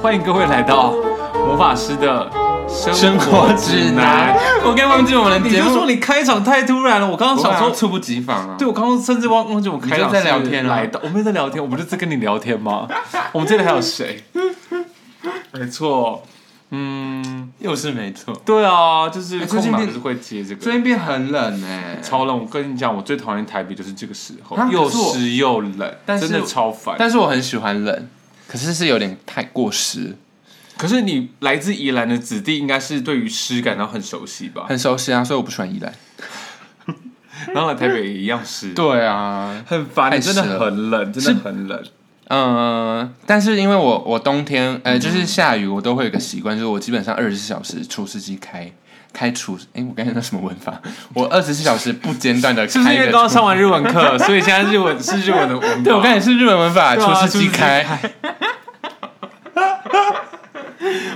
欢迎各位来到魔法师的生生活活指指南南。我刚忘记我们的你节就说目，你开场太突然了，我刚刚想想说说，猝不及防啊。对我刚刚甚至忘忘记我开你就场在是聊天啊来的。我们在聊天，我不是在跟你聊天 吗？我们这里还有谁？没错，嗯，又是没错。对啊，就是哎最空近档变就是会接这最个。近变很冷哎、超冷！我欸跟你讲，我最讨厌台北就是这个时候啊，又可是我湿又冷，但是真的超烦。但是我很喜欢冷，可是是有点太过湿，可是你来自宜兰的子弟，应该是对于湿感到很熟悉吧？很熟悉啊，所以我不喜欢宜兰。然后来台北也一样湿，对啊，很烦，太真的湿了很冷，真的很冷。嗯、但是因为我我冬天呃就是下雨，我都会有个习惯，就是我基本上二十四小时除湿机开。开除，哎、我刚才那什么文法？我二十四小时不间断的 是不是开因为着刚除刚上完日文课， 所以现在日文是日文的文法？对，我刚才是日文文法，对啊除湿机开。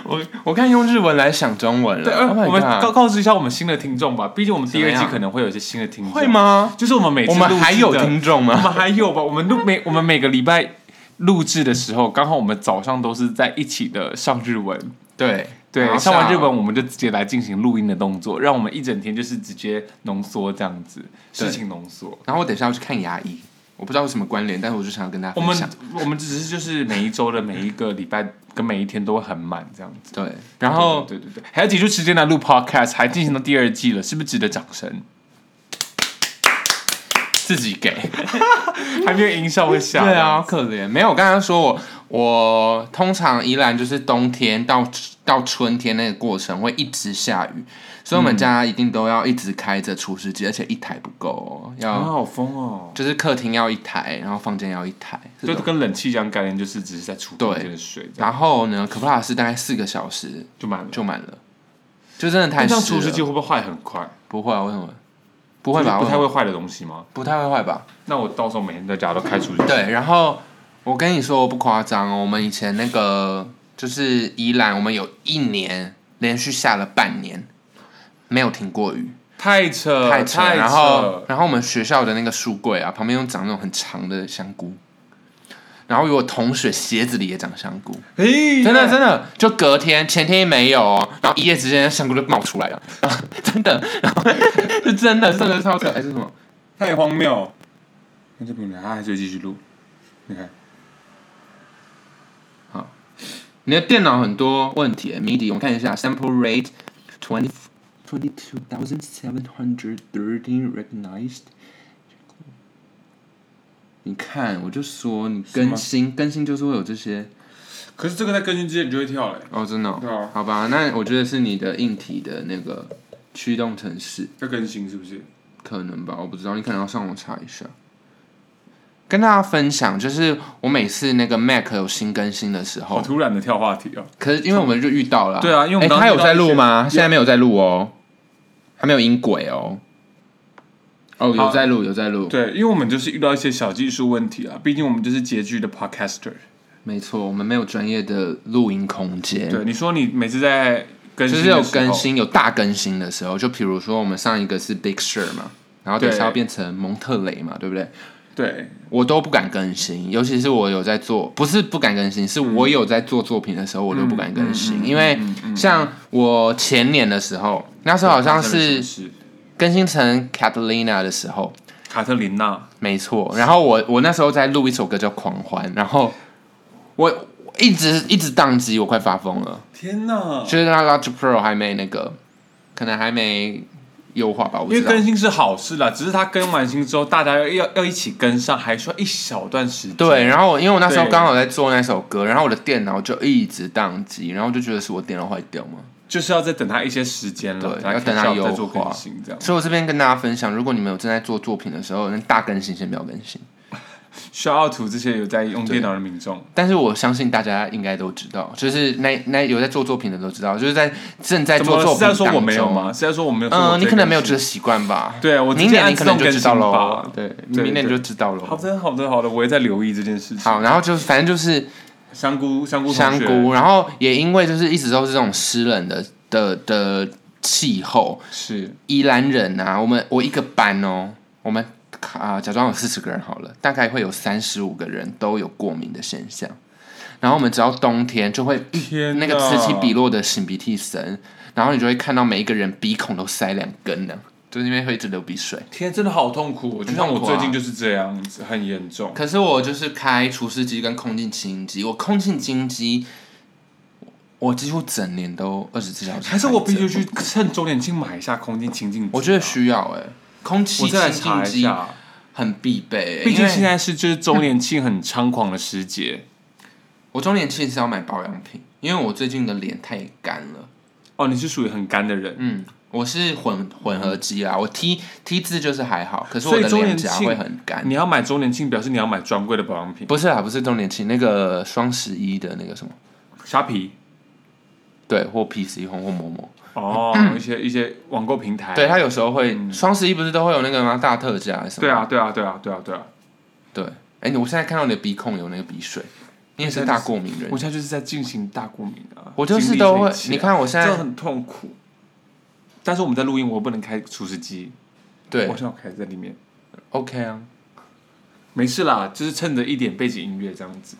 我我刚才用日文来想中文对，了。呃 Oh 我们 my 告 god，告知一下我们新的听众吧，毕竟我们第二怎季么样可能会有一些新的听众。会？吗？就是我们每次我们录制还有的听众我吗？们还有吧？我们录每我们每个礼拜录制的时候，刚好我们早上都是在一起的上日文。对对，上完日哦文，我们就直接来进行录音的动作，让我们一整天就是直接浓缩这样子，对事情浓缩。然后我等一下要去看牙医，我不知道有什么关联，但是我就想要跟大家我分们享。我们只是就是每一周的每一个礼拜跟每一天都会很满这样子，对，然后对对对，对还要挤出时间来录 podcast，还进行到第二季了，是不是值得掌声？自己给。 还没有音效会下，对啊，好，可怜。没有，我刚刚说我我通常宜兰就是冬天到到春天那个过程会一直下雨，所以我们家一定都要一直开着除湿机，而且一台不够、哦，啊，要、好疯哦，就是客厅要一台，然后房间要一台。这就种跟冷气一样概念，就是只是在储对房间的水，这样然后呢，可怕的是大概四个小时就满了。就满了，就真的太那这样湿除湿机了。会不会坏很快？不会啊？为什么？不会吧？就是不太为什么会坏的东西吗？不太会坏吧？那我到时候每天在家都开除湿机。对，然后我跟你说我不夸张哦，我们以前那个就是宜兰，我们有一年连续下了半年没有停过雨，呃太扯，太扯。扯了。然后，然后我们学校的那个书柜啊，旁边又长那种很长的香菇。然后有我同学鞋子里也长香菇，诶，真的真的，就隔天前天没有哦，然后一夜之间香菇就冒出来了， 然后真的，然后 是真的真的超扯，还哎是什么？太荒谬。那就不用聊，他还是继续录。你看，你的电脑很多问题，MIDI 我看一下，sample rate twenty twenty two thousand seven hundred thirteen recognized。你看，我就说你是吗更新更新就是会有这些可是这个在更新之前就会跳嘞，哦，真的、哦对啊好吧，那我觉得是你的硬体的那个驱动程式，要更新是不是？可能吧，我不知道，你可能要上网查一下。跟大家分享，就是我每次那个 Mac 有新更新的时候好，突然的跳话题哦。可是因为我们就遇到了、对啊因为我们诶当时哎他有在遇到一录些吗？现在没有在录哦，还没有音轨哦。哦，好有在录，有在录，对，因为我们就是遇到一些小技术问题啊，毕竟我们就是拮据的 podcaster。没错，我们没有专业的录音空间，对，你说你每次在更嗯就新，是有更，新，有大更新的时候，就比如说我们上一个是 Big Sur 嘛，然后等一对下要变成蒙特雷嘛，对不对？对，我都不敢更新，尤其是我有在做，不是不敢更新，是我有在做作品的时候，我都不敢更嗯新，因为像我前年的时候，那时候好像是更新成 Catalina 的时候，卡特琳娜，没错。然后我我那时候在录一首歌叫《狂欢》，然后我我一直一直宕机，我快发疯了。天哪！就是那 Logic Pro 还没那个，可能还没优化吧，我因不为知道。更新是好事啦，只是他更完新之后，大家要要要一起跟上，还需要一小段时间。对，然后因为我那时候对刚好在做那首歌，然后我的电脑就一直宕机，然后就觉得是我电脑坏掉嘛。就是要再等他一些时间了，对才要等它开始优再做更化新这样。所以我这边跟大家分享，如果你们有正在做作品的时候，那大更新先不要更新。需要图这些有在用电脑的民众，但是我相信大家应该都知道，就是那那有在做作品的都知道，就是在正在怎么哎做了作是品在说当我没有中？吗？是在说我没有？嗯、说我你在可能没有更这新个习惯吧？对啊我直接明年按你可能就知道自动更新吧喽。对，对明年你对就知道好喽。的，好的，好的，我也在留意这件事情。好，然后就是反正就是香菇，香菇，香，菇，然后也因为就是一直都是这种湿冷的的的气候，是宜兰人啊，我们我一个班哦，我们啊、假装有四十个人好了，大概会有三十五个人都有过敏的现象。然后我们只要冬天就会天那哪个此起彼落的擤鼻涕声，然后你就会看到每一个人鼻孔都塞两根呢，就是因为会一直流鼻水。天，真的好痛苦哦。就像很我痛苦啊最近就是这样子，很严重。可是我就是开除湿机跟空气清新机，我空气清新机，我几乎整年都二十四小时。还是我必须，去趁周年庆买一下空气清净剂啊。我觉得需要哎、空气我再来清查新一机下。很必备、欸，毕因竟为现在是就是周年庆很猖狂的时节我周年庆是要买保养品，因为我最近的脸太干了。哦，你是属于很干的人，嗯，我是混混合肌啦，我 T T 字就是还好，可是所我以的周年脸颊庆会很干。你要买周年庆，表示你要买专柜的保养品，不是啊，不是周年庆，那个双十一的那个什么，虾皮对，或 PC 红或某某，哦，嗯一些一些网购平台。对他有时候会双十一不是都会有那个吗？大特价还是什么？对啊，对啊，对啊，对啊，对啊！对，哎、你我现在看到你的鼻孔有那个鼻水，你也是大过敏人我。现在就是在进行大过敏啊，我就经是历都这一会，切你看我现这样在很痛苦。但是我们在录音，我不能开除湿机，对我想开在里面。 OK 啊，没事啦，就是趁着一点背景音乐这样子。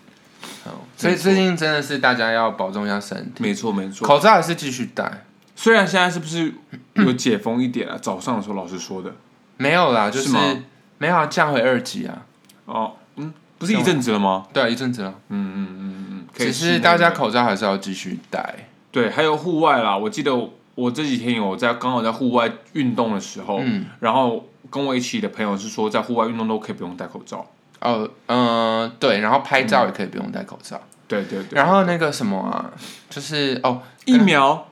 好所以最近真的是大家要保重一下身体，没错，没错。口罩还是继续戴。虽然现在是不是有解封一点啊？早上的时候老师说的没有啦，就是是吗没有啊降回二级啊，哦，嗯，不是一阵子了吗？对啊，一阵子了。嗯嗯嗯嗯，可以只试是那大家个口罩还是要继续戴。对，还有户外啦。我记得我这几天有在刚好在户外运动的时候，嗯，然后跟我一起的朋友是说，在户外运动都可以不用戴口罩。哦，嗯、对，然后拍嗯照也可以不用戴口罩。对对对，然后那个什么啊，就是哦，疫苗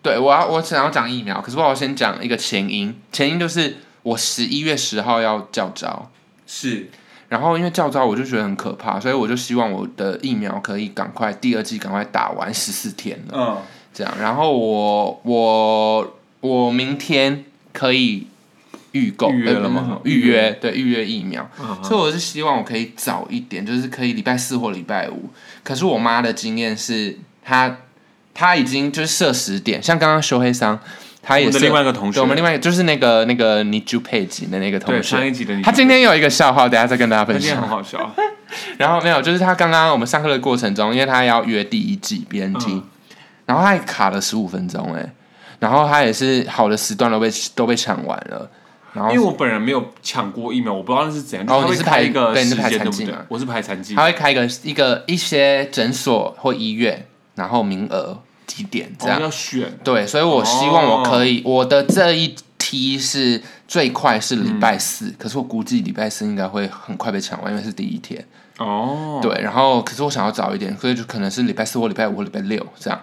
对我要我想要讲疫苗，可是我要先讲一个前因，前因就是我十一月十号要教招，是然后因为教招我就觉得很可怕，所以我就希望我的疫苗可以赶快第二季赶快打完十四天了。嗯，这样，然后我我我明天可以预购预约呃了吗不是预预约约对预约疫苗，嗯所以我是希望我可以早一点，就是可以礼拜四或礼拜五。可是我妈的经验是，她她已经就是设十点，像刚刚修黑桑，她我嗯也们的是另外一个同学对我，们另外一个就是那个那个你朱佩吉的那个同对上学。一集的你，她今天有一个笑话，等一下再跟大家他分今天享很。好笑，然后没有，就是他刚刚我们上课的过程中，因为他要约第一季 BNT，、嗯然后他也卡了十五分钟哎、然后他也是好的时段都被都被抢完了，然因为后我本人没有抢过疫苗，我不知道那是怎样。哦他会你是开排一个对你时是排间，对残不疾对嘛？我是排残疾，哦他会开一个一个一些诊所或医院，然后名额几点这我样们，要选对，所以我希望我可哦以、我的这一梯是最快是礼嗯拜四，可是我估计礼拜四应该会很快被抢完，因为是第一天。哦，对，然后可是我想要早一点，所以就可能是礼拜四或礼拜五、或礼拜六这样。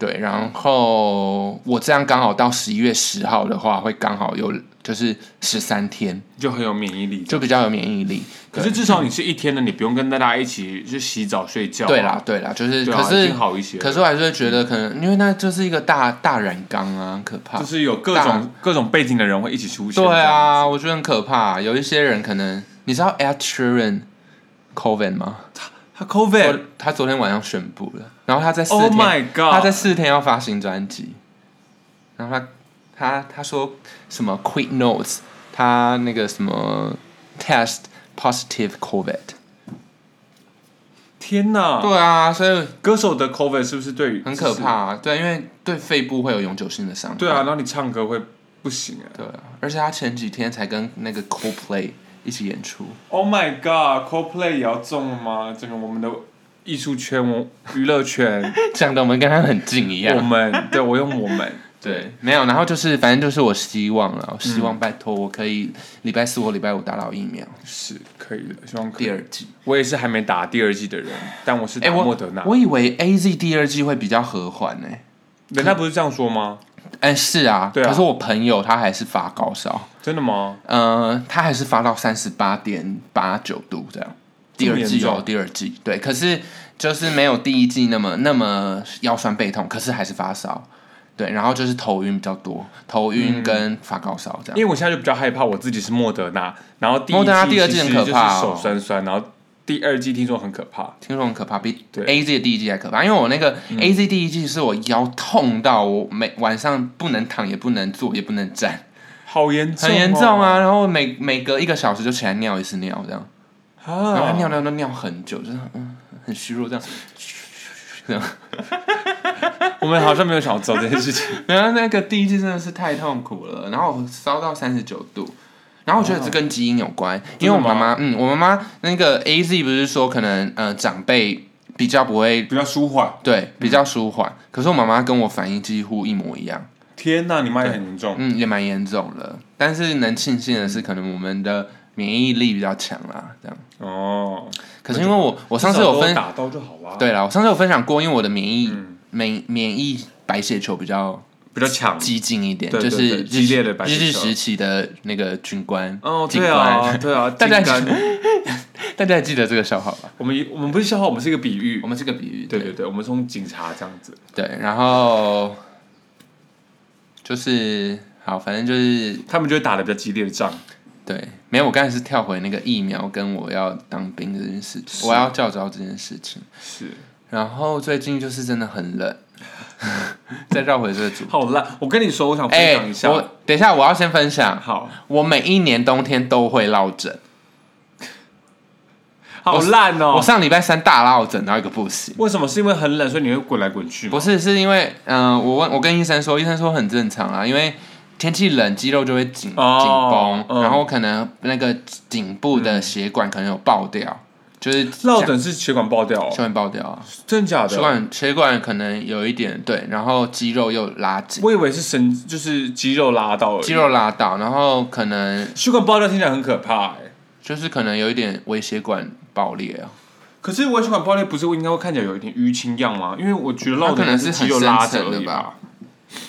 对，然后我这样刚好到十一月十号的话，会刚好有就是十三天，就很有免疫力。就比较有免疫力。可是至少你是一天的，你不用跟大家一起去洗澡睡觉啊。对啦，对啦，就是、对啊，可已是经好一些了。可是我还是会觉得可能因为那就是一个大大染缸啊，很可怕就。是有各种各种背景的人会一起出现。对，啊，我觉得很可怕。有一些人可能你知道 Ed Sheeran Coven 吗？他 COVID，他昨天晚上宣布了，然后他在四 Oh 天 my god 他在四天要发新专辑，然后他他他说什么 Quick Notes，他那个什么 Test Positive COVID，天哪！对啊，所以歌手的 COVID 是不是对于很可怕、？啊，对，因为对肺部会有永久性的伤害，对啊，，然后你唱歌会不行哎。对啊，而且他前几天才跟那个 Coldplay 一起演出， Oh my god，CoPlay 也要中了吗？整个我们的艺术圈、我娱乐 圈，讲的我们跟他很近一我样，们对我用我们对，没有，然后就是反正就是我希望了，我希望拜托我可以礼拜四或礼拜五打到疫苗，是可以的，希望可第以。二季。我也是还没打第二季的人，但我是哎、打我莫德纳。我以为 A Z 第二季会比较和缓呢、人家不是这样说吗？哎、是啊，对啊可是我朋友他还是发高烧，真的吗？呃，他还是发到三十八点八九度这样。这第么二季严哦，重第二季对，可是就是没有第一季那么那么腰酸背痛，可是还是发烧，对，然后就是头晕比较多，头晕跟嗯发高烧这样。因为我现在就比较害怕我自己是莫德纳，然后第一莫德纳季第二季其实很可就是怕哦手酸酸，然后第二季听说很可怕。听说很可怕，比对嗯 A Z 的第一季还可怕。因为我那个 A Z 第一季是我腰痛到我每晚上不能躺，也不能坐，也不能站。好严重、哦很严重！啊，然后每每隔一个小时就起来尿一次尿这样，然后啊，尿尿都尿很久，就是嗯，很虚弱这样，这样。我们好像没有想要做这件事情。然后那个第一季真的是太痛苦了，然后我烧到三十九度，然后我觉得这跟基因有关，因为我妈妈，嗯，我妈妈那个 A Z 不是说可能呃长辈比较 不会比较舒缓。对比较舒缓，可是我妈妈跟我反应几乎一模一样，天呐，你妈也很严重。嗯，也蛮严重的。但是能庆幸的是，可能我们的免疫力比较强啦，这样。哦，可是因为我我上次有分至少都打到就好啦，对啦，我上次有分享过，因为我的免疫、嗯免免疫白血球比较比较强。激进一点，对对就是对日激烈的白日血治球时期的那个军官哦，警对啊，官，对 啊，大家金刚大家还记得这个笑话吧？我们一我们不是笑话，我们是一个比喻我。们这个比喻，对对对，我们从警察这样子。对，然后就是好，反正就是他们就会打的比较激烈的仗。对，没有，我刚才是跳回那个疫苗跟我要当兵这件事，是我要教招这件事情。是，然后最近就是真的很冷， 再绕回这个主题。好烂！我跟你说，我想分哎、享一下。我等一下我要先分享，好，我每一年冬天都会落枕。好烂哦我！上礼拜三大落枕到一个不行，为什么？是因为很冷，所以你会滚来滚去吗？不是是因为嗯、呃我问我跟医生说，医生说很正常啊，因为天气冷，肌肉就会紧紧哦绷，嗯然后可能那个颈部的血管可能有爆掉，就是落枕是血管爆掉、哦血，管爆掉啊，真假血的？管血管可能有一点对，然后肌肉又拉紧，我以为是神，就是肌肉拉到而已肌肉拉到，然后可能血管爆掉听起来很可怕、哎。就是可能有一点微血管爆裂啊，可是微血管爆裂不是应该会看起来有一点淤青样吗？因为我觉得落它可枕能是肌是很肉深拉扯层而的已吧？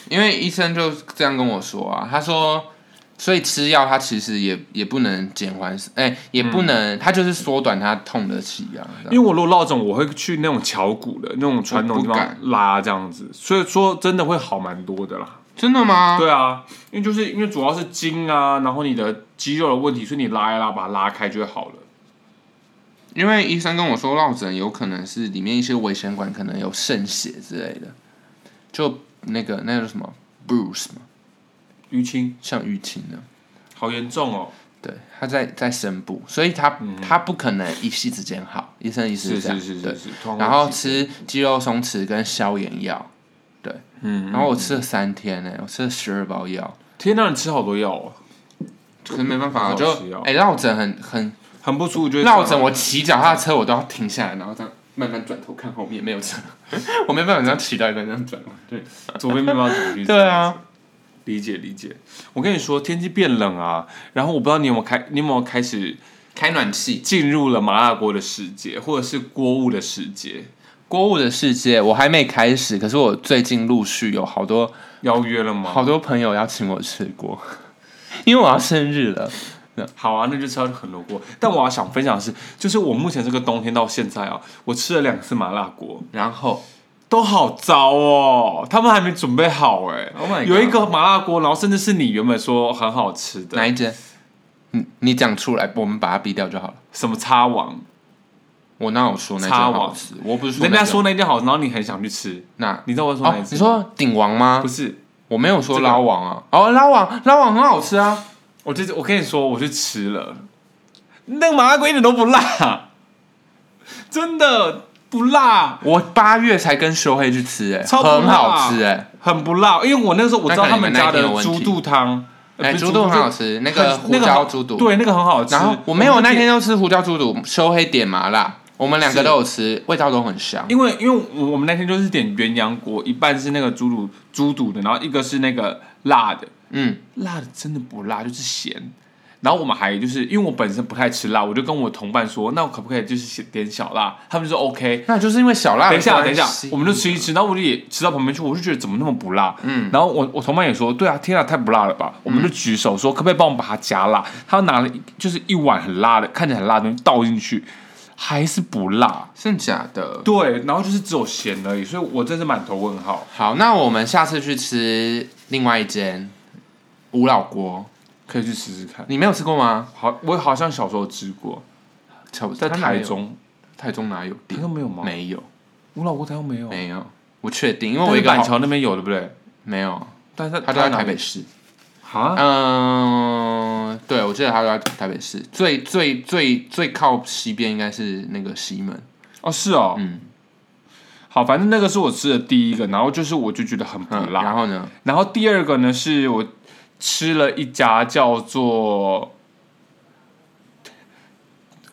因为医生就这样跟我说啊，他说，所以吃药它其实也也不能减缓，哎、也不能，它就是缩短它痛的期啊。这因为样我如果落枕，我会去那种桥骨的那种传统地我不方敢拉这样子，所以说真的会好蛮多的啦。真的吗？对啊，因为就是因为主要是筋啊，然后你的肌肉的问题，所以你拉一拉，把它拉开就会好了。因为医生跟我说，落枕有可能是里面一些微血管可能有渗血之类的，就那个那个什么 bruise 嘛，淤青像淤青呢。好严重哦，对，它在在深部，所以它、它不可能一夕之间好。医生的意思是这样，嗯是是对是。是，通常然后会是吃肌肉松弛跟消炎药，嗯，然后我吃了三天呢、我吃了十二包药，天呐，你吃好多药哦，可是没办法，我不就好吃哦哎落枕很很很不舒服，就是落枕，我骑脚踏车我都要停下来，然后这样慢慢转头看后面没有车， 我没办法这样骑到一半这样转。左边没办法走进去。 对啊，理解理解。我跟你说，天气变冷啊，然后我不知道你有没有开，你有没有开始开暖气，进入了麻辣锅的世界，或者是锅物的世界？锅物的世界我还没开始，可是我最近陆续有好多邀约了吗？好多朋友要请我吃锅，因为我要生日了。好啊，那就吃到很多锅。但我要想分享的是，就是我目前这个冬天到现在啊，我吃了两次麻辣锅，然后都好糟哦，他们还没准备好哎、 ，Oh my，有一个麻辣锅，然后甚至是你原本说很好吃的哪一间？你你讲出来，我们把它逼掉就好了。什么叉王，我哪有说那间插好网吃？我不是说人那家间说那间好吃，然后你很想去吃，那你知道我在说哪一哦，次你吗？说鼎王吗不？是，我没有说这个捞王啊。哦，捞王，捞王很好吃啊。我这我跟你说，我去吃了，那个麻辣锅一点都不辣，真的不辣，我八月才跟修黑去吃，哎，超不辣很好吃哎。很不辣。因为我那时候我知道他那可能们你们那家一天的有问题猪肚汤，呃哎，不是猪肚很好就吃，那个很胡那个椒好猪肚。。对，那个很好吃。然后我没有们就那点天，就吃胡椒猪肚，修黑点麻辣，我们两个都有吃，味道都很香。因为因为我们那天就是点鸳鸯锅，一半是那个猪肚猪肚的，然后一个是那个辣的，嗯，辣的真的不辣，就是咸。然后我们还就是因为我本身不太吃辣，我就跟我同伴说，那我可不可以就是点小辣？他们就说 OK，那就是因为小辣的等一下，关等系。一下，我们就吃一吃，然后我就也吃到旁边去，我就觉得怎么那么不辣，嗯，然后我我同伴也说，对啊，天啊，太不辣了吧，我们就举手说，可不可以帮我们把它加辣？他拿了一就是一碗很辣的，看起来很辣的东西倒进去，还是不辣，真假的。对，然后就是只有咸而已，所以我真是满头问号。好，那我们下次去吃另外一间五老锅，可以去试试看，你没有吃过吗？好，我好像小时候吃过，在它哪台有，中，台中哪有台店？中没有吗？没有，我老婆台中没有，没有，我确定，因为但我是一个板好桥那边有，对不对？没有，但是他他都在台北市。啊，嗯，对，我记得他都在台北市，最最最最靠西边应该是那个西门，哦，是哦，嗯，好，反正那个是我吃的第一个，然后就是我就觉得很不嗯，辣。然后呢？然后第二个呢，是我吃了一家叫做，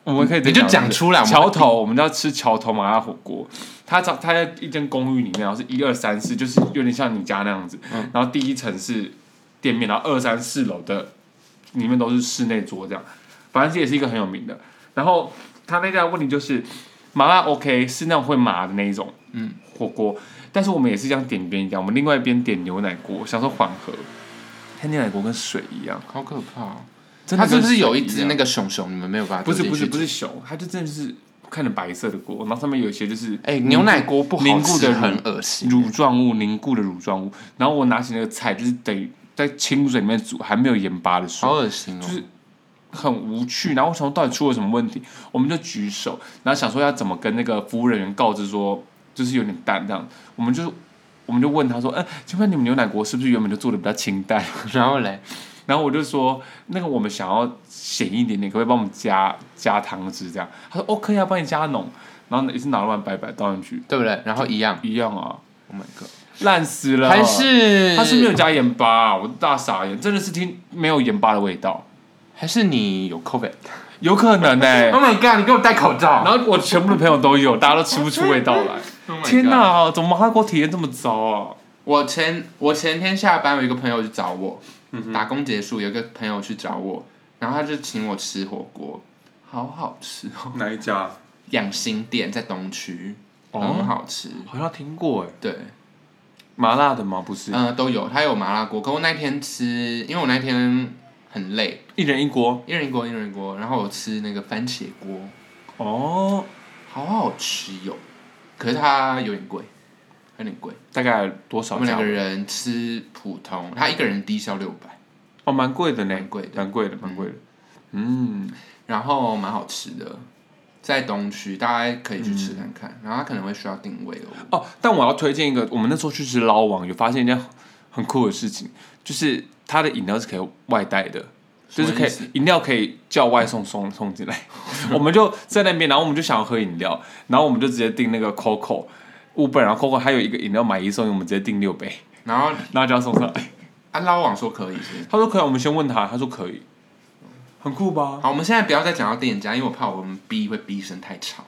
我们可以你就讲出来我们桥头，我们要吃桥头麻辣火锅。它在它在一间公寓里面，然后是一二三四，就是有点像你家那样子。嗯然后第一层是店面，然后二三四楼的里面都是室内桌这样。反正这也是一个很有名的。然后他那家的问题就是麻辣 OK 是那种会麻的那一种，嗯，火锅。但是我们也是这样点边一样，我们另外一边点牛奶锅，想说缓和。它牛奶锅跟水一样，好可怕、哦！真的它是跟不是有水一只样那个熊熊？你们没有办法不是丢进不是去不是熊，它就真的是看着白色的锅，然后上面有一些就是哎、牛奶锅不好凝固吃的很恶心。乳状物凝固的乳状物，然后我拿起那个菜就是得在清水里面煮，还没有盐巴的水好，恶心哦！就是很无趣。然后我想说到底出了什么问题，我们就举手，然后想说要怎么跟那个服务人员告知说，就是有点淡这样。我们就我们就问他说，嗯、请问你们牛奶锅是不是原本就做的比较清淡？ 然后嘞，然后我就说，那个我们想要咸一点点，可不可以帮我们加加汤汁这样？他说哦可以啊，帮你加浓。然后也是拿了碗白白倒进去，对不对？然后一样一样啊， ，Oh my god！烂死了。还是他是没有加盐巴啊、我大傻眼，真的是听没有盐巴的味道，还是你有 COVID？Oh 有可能欸呢、 my god！你给我戴口罩！然后我全部的朋友都有，大家都吃不出味道 来。 Oh my god 天！哪，怎么麻辣锅体验这么糟啊？我前我前天下班有一个朋友去找我，嗯打工结束，有一个朋友去找我，然后他就请我吃火锅，好好吃哦！哪一家？养心店在东区，哦很好吃。好像听过哎，对，麻辣的吗？不是，嗯、都有，他有麻辣锅。可我那天吃，因为我那天很累，一人一锅。一人一锅，一人一锅，然后我吃那个番茄锅，哦，好好吃哟、可是它有点贵，有点贵。大概多我少们两价个？人吃普通，他一个人低消六百，哦，蛮贵的呢蛮，贵的蛮贵的，蛮贵的。嗯，然后蛮好吃的，在东区，大家可以去吃看看。嗯然后他可能会需要定位哦。哦，但我要推荐一个，我们那时候去吃捞王，有发现一件很酷的事情，就是它的饮料是可以外带的。就是可以什么意思饮料可以叫外送送送进 来，我们就在那边，然后我们就想要喝饮料，然后我们就直接订那个 Coco Uber，然后 Coco 还有一个饮料买一送一，我们直接订六杯，然后然后就要送上来。啊，捞网说可以是不是他说可以，我们先问他，他说可以，很酷吧？好，我们现在不要再讲到店家，因为我怕我们逼会逼声太吵，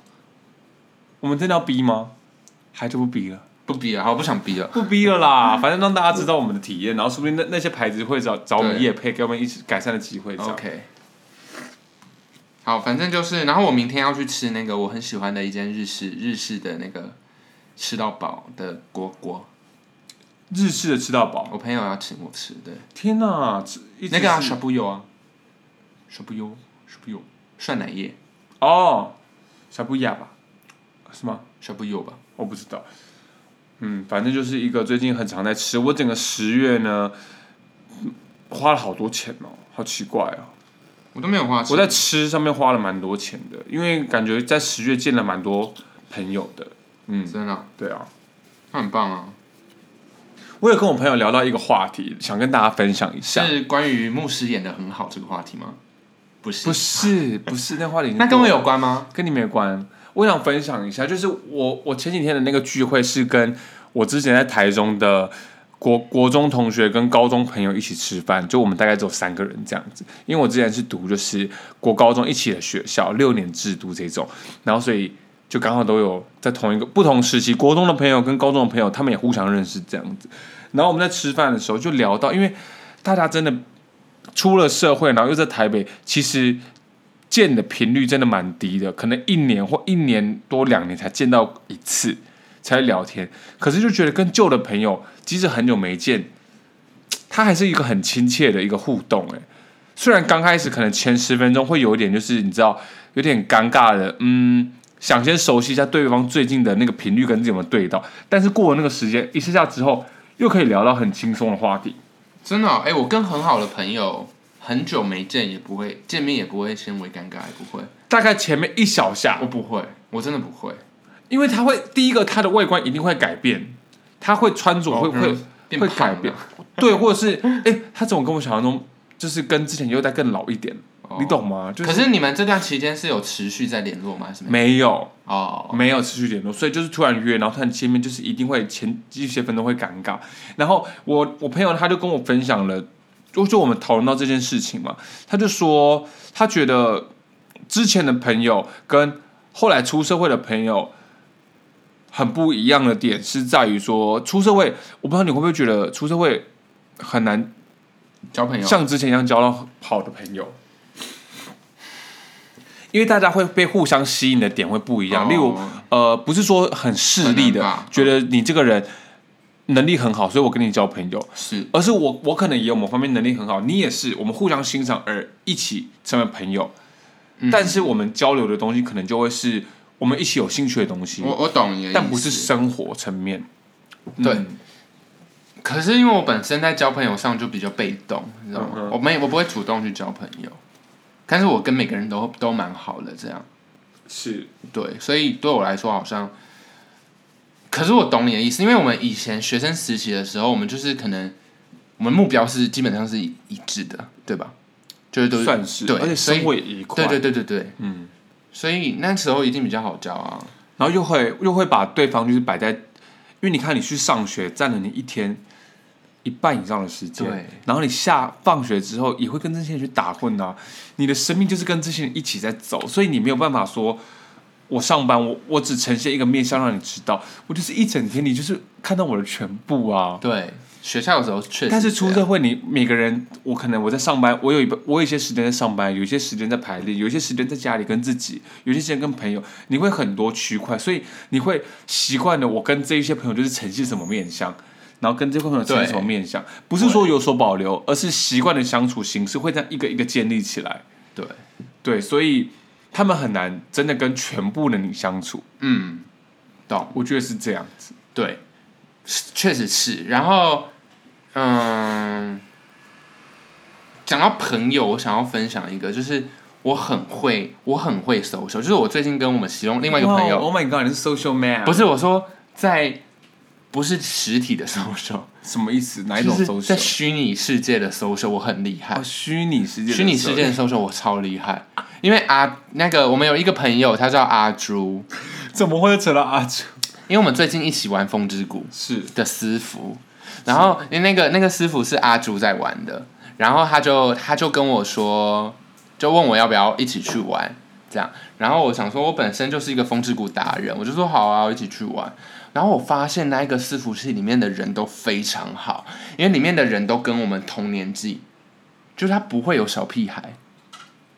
我们真的要逼吗？还是不逼了？不逼啊了，好，我不想逼了。不逼了啦， 反正让大家知道我们的体验，然后说不定那那些牌子会找找我们对业配，给我们一起改善的机会。这样 OK。好，反正就是，然后我明天要去吃那个我很喜欢的一间日式日式的那个吃到饱的锅锅，日式的吃到饱，我朋友要请我吃，对，天哪，吃一直那个啊，是小布油啊，小布油，小布油，涮奶液，哦，小不雅吧？是吗？小布油吧，我不知道。嗯，反正就是一个最近很常在吃。我整个十月呢，嗯花了好多钱哦，好奇怪哦。我都没有花钱，我在吃上面花了蛮多钱的，因为感觉在十月见了蛮多朋友的。嗯，真的啊，对啊，他很棒啊，我有跟我朋友聊到一个话题，想跟大家分享一下。是关于牧师演的很好这个话题吗？不是，不是不是，那话题已经那跟过我了有关吗？跟你没关。我想分享一下，就是我我前几天的那个聚会是跟我之前在台中的国国中同学跟高中朋友一起吃饭，就我们大概只有三个人这样子。因为我之前是读就是国高中一起的学校，六年制度这种，然后所以就刚好都有在同一个不同时期，国中的朋友跟高中的朋友，他们也互相认识这样子。然后我们在吃饭的时候就聊到，因为大家真的出了社会，然后又在台北，其实见的频率真的蛮低的，可能一年或一年多两年才见到一次，才聊天。可是就觉得跟旧的朋友，即使很久没见，他还是一个很亲切的一个互动、欸。虽然刚开始可能前十分钟会有一点，就是你知道，有点尴尬的，嗯，想先熟悉一下对方最近的那个频率跟自己有没有对到。但是过了那个时间一试下之后，又可以聊到很轻松的话题。真的哦、哎、我跟很好的朋友很久没见，也不会见面，也不会先为尴尬，也不会，大概前面一小下我，不会，我真的不会，因为他会第一个他的外观一定会改变，他会穿着会、哦嗯会变会胖改了变，对，或者是哎、诶他怎么跟我想象中就是跟之前又再更老一点？你懂吗？就哦可是你们这段期间是有持续在联络吗？还是没没有？有哦，没有持续联络，所以就是突然约，然后突然见面，就是一定会前一些分钟会尴尬。然后我我朋友他就跟我分享了，就就我们讨论到这件事情嘛，他就说他觉得之前的朋友跟后来出社会的朋友。很不一样的点是在于说，出社会，我不知道你会不会觉得出社会很难交朋友像之前一样交到好的朋友，因为大家会被互相吸引的点会不一样。哦例如，呃，不是说很势利很能的吧，觉得你这个人能力很好，所以我跟你交朋友，是而是我我可能也有某方面能力很好，你也是，我们互相欣赏而一起成为朋友。嗯但是我们交流的东西可能就会是我们一起有兴趣的东西，我我懂你嗯的意思，但不是生活层面。对嗯可是因为我本身在交朋友上就比较被动，你知道吗？嗯哼我没我不会主动去交朋友，但是我跟每个人都都蛮好的，这样是对，所以对我来说好像，可是我懂你的意思，因为我们以前学生时期的时候，我们就是可能我们目标是基本上是一一致的，对吧？就是都算是，对，而且所以生活也愉快，对对对对对，嗯，所以那时候一定比较好交啊，然后又会又会把对方就是摆在，因为你看你去上学占了你一天一半以上的时对间，然后你下放学之后也会跟这些人去打混啊，你的生命就是跟这些人一起在走，所以你没有办法说。我上班，我我只呈现一个面向让你知道，我就是一整天，你就是看到我的全部啊。对，学校的时候确实这样，但是出社会，你每个人，我可能我在上班，我有一部我有一些时间在上班，有一些时间在排练，有一些时间在家里跟自己，有一些时间跟朋友，你会很多区块，所以你会习惯的，我跟这一些朋友就是呈现什么面相，然后跟这些朋友呈现什么面相，不是说有所保留，而是习惯的相处形式会这样一个一个建立起来。对，对，所以他们很难真的跟全部的你相处，嗯，懂。我觉得是这样子。对，是确实是。然后，嗯，讲到朋友，我想要分享一个，就是我很会，我很会 social，就是我最近跟我们其中另外一个朋哇友， ，Oh my God，你是 social man，啊不是我说在不是实体的 social，什么意思？哪一种就是 social？在虚拟世界的 social，我很厉害。哦，虚拟世界的 social，哎虚拟世界的 social 我超厉害，因为阿那个我们有一个朋友，他叫阿朱，怎么会扯到阿朱？因为我们最近一起玩风之谷，是的私服，然后因为那个那个私服是阿朱在玩的，然后他就他就跟我说，就问我要不要一起去玩这样，然后我想说，我本身就是一个风之谷达人，我就说好啊，我一起去玩。然后我发现那一个私服系里面的人都非常好，因为里面的人都跟我们同年纪，就是他不会有小屁孩，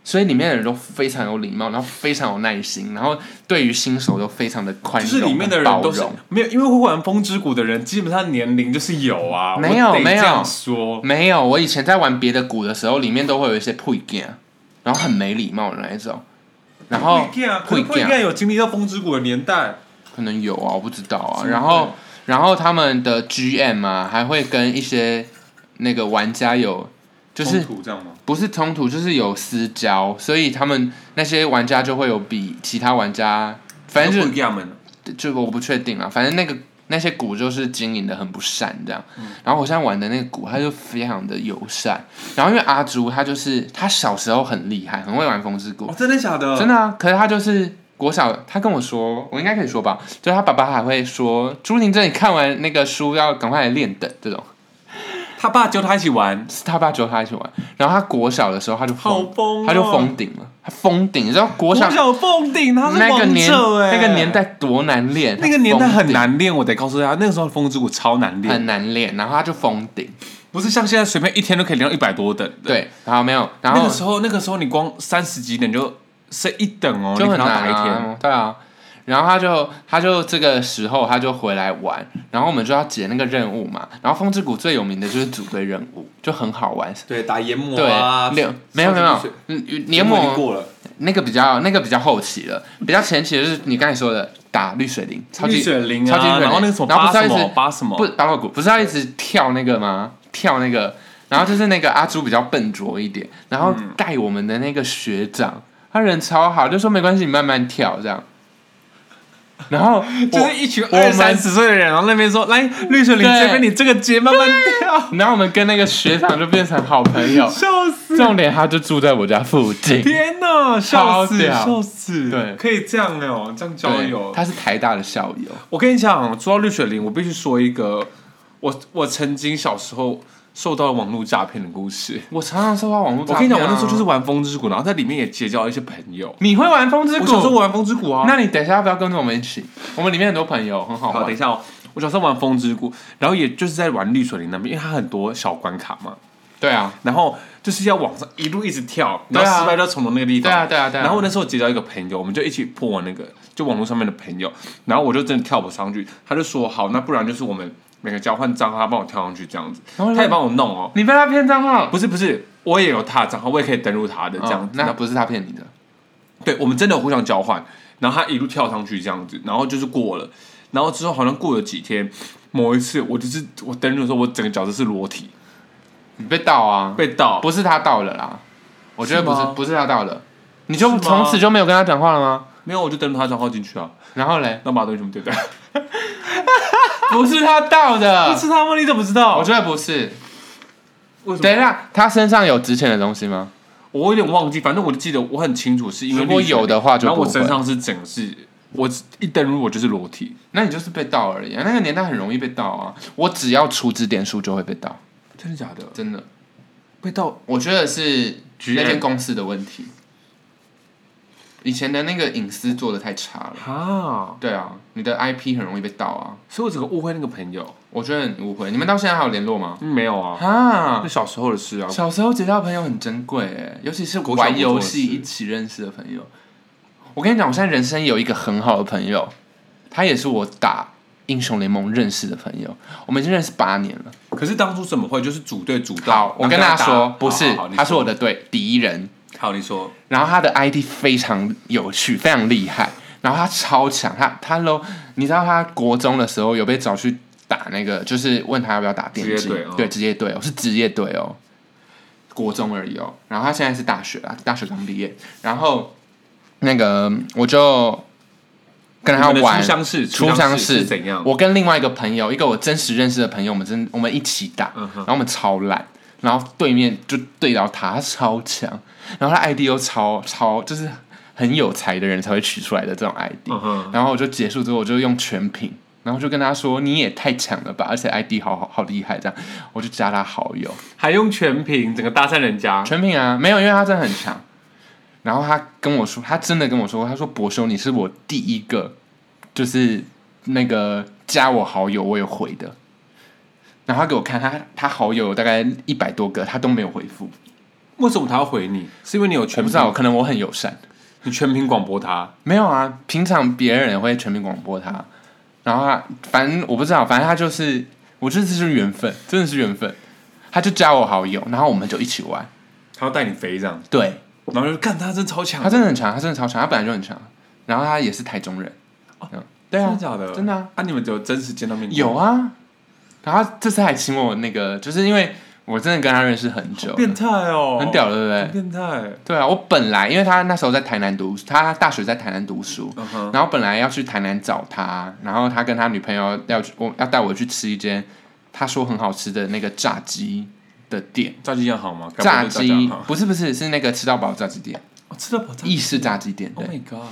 所以里面的人都非常有礼貌，然后非常有耐心，然后对于新手都非常的宽就容，是里面的包人都是容没有，因为会玩风之谷的人，基本上年龄就是有啊，没有我得没有这样说，没有，我以前在玩别的鼓的时候，里面都会有一些配件，然后很没礼貌的那一种。然后不一定啊，可是不一定有经历到风之谷的年代，可能有啊，我不知道啊。是然后，然后他们的 GM 啊，还会跟一些那个玩家有，就是冲突这样吗？不是冲突，就是有私交，所以他们那些玩家就会有比其他玩家，反正就是不一样啊们就我不确定啊，反正那个那些股就是经营的很不善这样。嗯然后我现在玩的那个股，它就非常的友善。然后因为阿朱他就是他小时候很厉害，很会玩风之谷哦，，真的假的？真的啊。可是他就是国小，他跟我说，我应该可以说吧，就是他爸爸还会说，朱婷这你看完那个书要赶快来练等这种，他爸教他一起玩，是他爸揪他一起玩。然后他国小的时候他就好疯，疯、哦，他就封顶了，他封顶，你知道国我小。想封顶，他是那个王年者哎、那个年。代多难练，那个年代他封很顶难练，我得告诉大家，那个时候的风之谷超难练，很难练，然后他就封顶。不是像现在随便一天都可以练到一百多等的。对，然后没有，然那后个时候，那个时候你光三十几点就升一等哦，就很你可能要难打一天。啊。对啊，然后他就他就这个时候他就回来玩，然后我们就要解那个任务嘛。然后风之谷最有名的就是组队任务，就很好玩。对，打研磨对，六没有没有，嗯黏膜了，那个比较那个比较后期了，比较前期的就是你刚才说的打绿水灵，超级绿水灵超级绿水啊，灵然后那个什么然后八不是要什一直么八什么，不打老鼓不是要一直跳那个吗？跳那个，然后就是那个阿朱比较笨拙一点，然后带我们的那个学长，他人超好，就说没关系，你慢慢跳这样。然后就是一群二三十岁的人，然后那边说来绿水林这边，你这个节慢慢掉，。然后我们跟那个学长就变成好朋 友笑死！重点他就住在我家 附近，天哪，笑超死，屌笑死！对可以这样哦，这样交对友。他是台大的校友，我跟你讲，说到绿水林，我必须说一个，我我曾经小时候受到网络诈骗的故事。我常常收到网络我诈跟你骗啊、讲，我那时候就是玩风之谷，然后在里面也结交了一些朋友。你会玩风之我小时候谷，玩风之谷啊，那你等一下要不要跟着我们一起？我们里面很多朋友，很好好，等玩一。下哦。我小时候玩风之谷，然后也就是在玩绿水林那边，因为它很多小关卡嘛，对啊，然后就是要往上一路一直跳，对啊然后失败就从头那个地方。对啊对啊对啊然后我那时候结交一个朋友，我们就一起破我那个就网络上面的朋友，然后我就真的跳不上去，他就说好，那不然就是我们每个交换账号，他帮我跳上去这样子，然后呢他也帮我弄哦。你被他骗账号，不是不是，我也有他的账号，我也可以登录他的这样哦子。那不是他骗你的，对，我们真的有互相交换，然后他一路跳上去这样子，然后就是过了，然后之后好像过了几天，某一次我就是我登录的时候，我整个角色是裸体你被盗啊，被盗，不是他盗了啦，我觉得不是是吗不是他盗了，你是就吗从此就没有跟他讲话了吗？没有我就登录他账号进去啊，然后 嘞，然后把东西全部丢掉。不是他盗的不，是他吗？你怎么知道？我觉得不是。为什等么？一下，他身上有值钱的东西吗？我有点忘记，反正我就记得我很清楚，是因为如果绿水有的话就然后我不会身上是整个是，我一登录我就是裸体，那你就是被盗而已啊！那个年代很容易被盗啊！我只要出资点数就会被盗，真的假的？真的。被盗？我觉得是局那内间公司的问题，以前的那个隐私做的太差了。哈，对啊，你的 IP 很容易被盗啊！所以我整个误会那个朋友，我觉得很误会。你们到现在还有联络吗？嗯没有啊，啊那，小时候的事啊，小时候结交的朋友很珍贵哎，尤其是国小玩游国戏中的事一起认识的朋友。我跟你讲，我现在人生有一个很好的朋友，他也是我打英雄联盟认识的朋友，我们已经认识八年了。可是当初怎么会就是组队组到？好，我跟大家然后说打，不是好好好，你他是我的对敌人，好，你说然后他的 ID 非常有趣，非常厉害，然后他超强，他他 low，你知道他国中的时候有被找去打那个，就是问他要不要打电职竞，业队哦对职业队哦，是职业队哦，国中而已哦，然后他现在是大学啊，大学刚毕业，然后那个我就跟他你们的玩初。相识，初相识识是怎样？我跟另外一个朋友，一个我真实认识的朋友，我们真我们一起打，嗯哼然后我们超烂，然后对面就对到他，他超强，然后他 ID 又超超就是很有才的人才会取出来的这种 ID，、嗯哼，然后我就结束之后我就用全屏，然后就跟他说你也太强了吧，而且 ID 好好好厉害这样，我就加他好友，还用全屏整个搭讪人家，全屏啊，没有，因为他真的很强。然后他跟我说，他真的跟我说，他说博兄，你是我第一个，就是那个加我好友，我有回的。然后他给我看他他好友有大概一百多个，他都没有回复。为什么他要回你？是因为你有我全不知屏，道，可能我很友善。你全屏广播他，没有啊，平常别人也会全民广播他，然后他反正我不知道，反正他就是我觉得这是缘分，真的是缘分。他就加我好友，然后我们就一起玩。他要带你飞这样，对然后就看他真超强，他真的很强，他真的超强，他本来就很强。然后他也是台中人，嗯，对啊真的，假的？真的啊，啊，你们有真实见到面过？有啊。然后他这次还请我那个，就是因为我真的跟他认识很久好，变态哦，很，屌，对不很对？变态，对啊，我本来因为他那时候在台南读，他大学在台南读书，嗯哼，然后本来要去台南找他，然后他跟他女朋友要去，我要带我去吃一间他说很好吃的那个炸鸡的店，炸鸡一样好吗？该不炸会对鸡酱好不是不是是那个吃到饱炸鸡店，我吃到饱炸意式炸鸡店， ，Oh 对， my god，Oh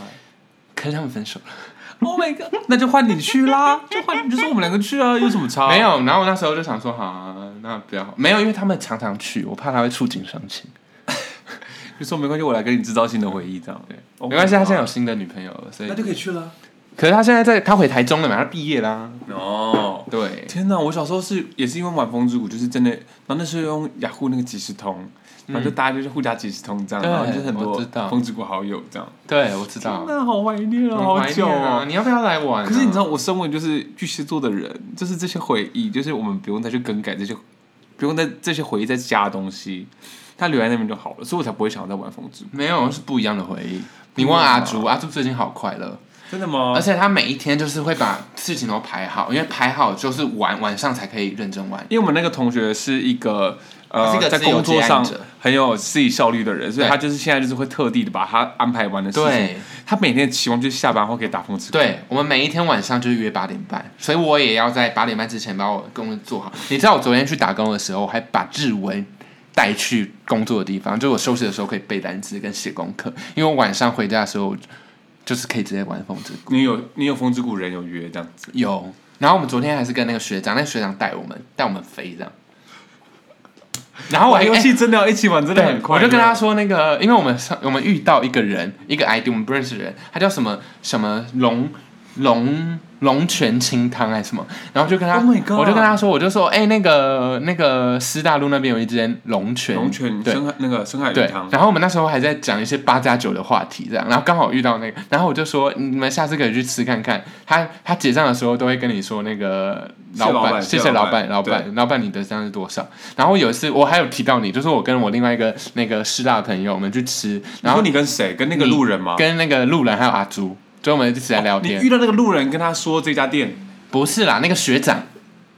可是他们分手了， my god，那就换你去啦，就换就是我们两个去啊，有什么差？没有，然后我那时候就想说，好、啊，那不要，没有，因为他们常常去，我怕他会触景伤情，就说没关系，我来给你制造新的回忆，这样对，没关系，他现在在有新的女朋友了，所以那，就可以去了。可是他现在在，他回台中了嘛，他毕业啦，哦，对，天哪！我小时候是也是因为玩风之谷，就是真的，然后那时候用雅虎那个即时通，然后就大家就是互加即时通这样，对然后就是很我多知道风之谷好友这样。对，我知天道，哪，好怀念啊，好久啊，啊！你要不要来玩、可是你知道，，我身为就是巨蟹座的人，就是这些回忆，就是我们不用再去更改这些，不用在这些回忆再加东西，它留在那边就好了，所以我才不会想要再玩风之谷。没有，是不一样的回忆。你问阿朱，阿朱最近好快乐。真的吗？而且他每一天就是会把事情都排好，因为排好就是晚晚上才可以认真玩。因为我们那个同学是一个呃他是一个在自由工作上接案者很有自己效率的人，所以对他就是现在就是会特地的把他安排完的事情对，他每天的期望就是下班后可以打风吃。，对，我们每一天晚上就是约八点半，所以我也要在八点半之前把我工作做好。你知道我昨天去打工的时候，我还把志文带去工作的地方，就是我休息的时候可以背单词跟写功课，因为我晚上回家的时候就是可以直接玩风筝。你有你有风之谷人有约这样子，有，然后我们昨天还是跟那个学长，那个学长带我们带我们飞这样。然后我玩还游哎戏真的要一起玩，真的对很，快我乐。就跟他说那个，因为我们上我们遇到一个人，一个 ID 我们不认识的人，他叫什么什么龙龙龙泉清汤还是什么，然后就跟他 Oh my god 我就跟他说，我就说，哎、那个那个师大路那边有一间龙泉龙泉对深海那个深海鱼对汤，，然后我们那时候还在讲一些八加九的话题，这样，然后刚好遇到那个，然后我就说你们下次可以去吃看看。他他结账的时候都会跟你说那个谢谢老板板，谢谢谢谢老老板板，老板，老板你的账是多少？然后有一次我还有提到你，就是我跟我另外一个那个师大的朋友我们去吃，然然后后你跟谁？跟那个路人吗？跟那个路人还有阿朱，就我们一起来聊哦你天，遇到那个路人，跟他说这家店，不是啦，那个学长，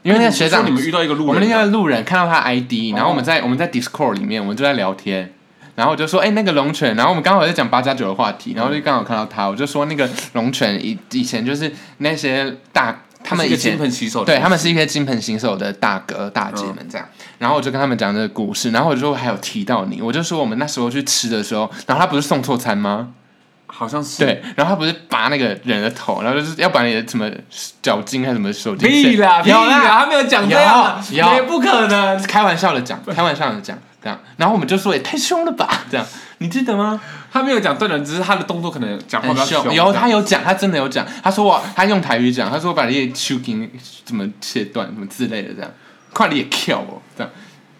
因为那个学长哦你们遇到一个路人，啊我们那个路人看到他 ID，哦然后我们在我们在 Discord 里面，我们就在聊天，然后我就说，哎、那个龙泉，然后我们刚好在讲八加九的话嗯题，然后就刚好看到他，我就说那个龙泉以以前就是那些大他们是一以个金前盆洗手的，对他们是一些金盆洗手的大哥大姐们嗯这样，然后我就跟他们讲这个故事，然后我就还有提到你，我就说我们那时候去吃的时候，然后他不是送错餐吗？嗯好像是，对，然后他不是拔那个人的头，然后就是要把你的什么脚筋还是什么手筋屁线啦，屁有啦啦，他没有讲这样啊，有有也不可能。开玩笑的讲，开玩笑的讲，这样，然后我们就说也太凶了吧， 这样，你记得吗？他没有讲断人，只是他的动作可能讲话很比较凶。有他有讲，他真的有讲，他说我他用台语讲，他说我把你的手筋怎么切断，什么之类的，这样，快点 kill 我，这样，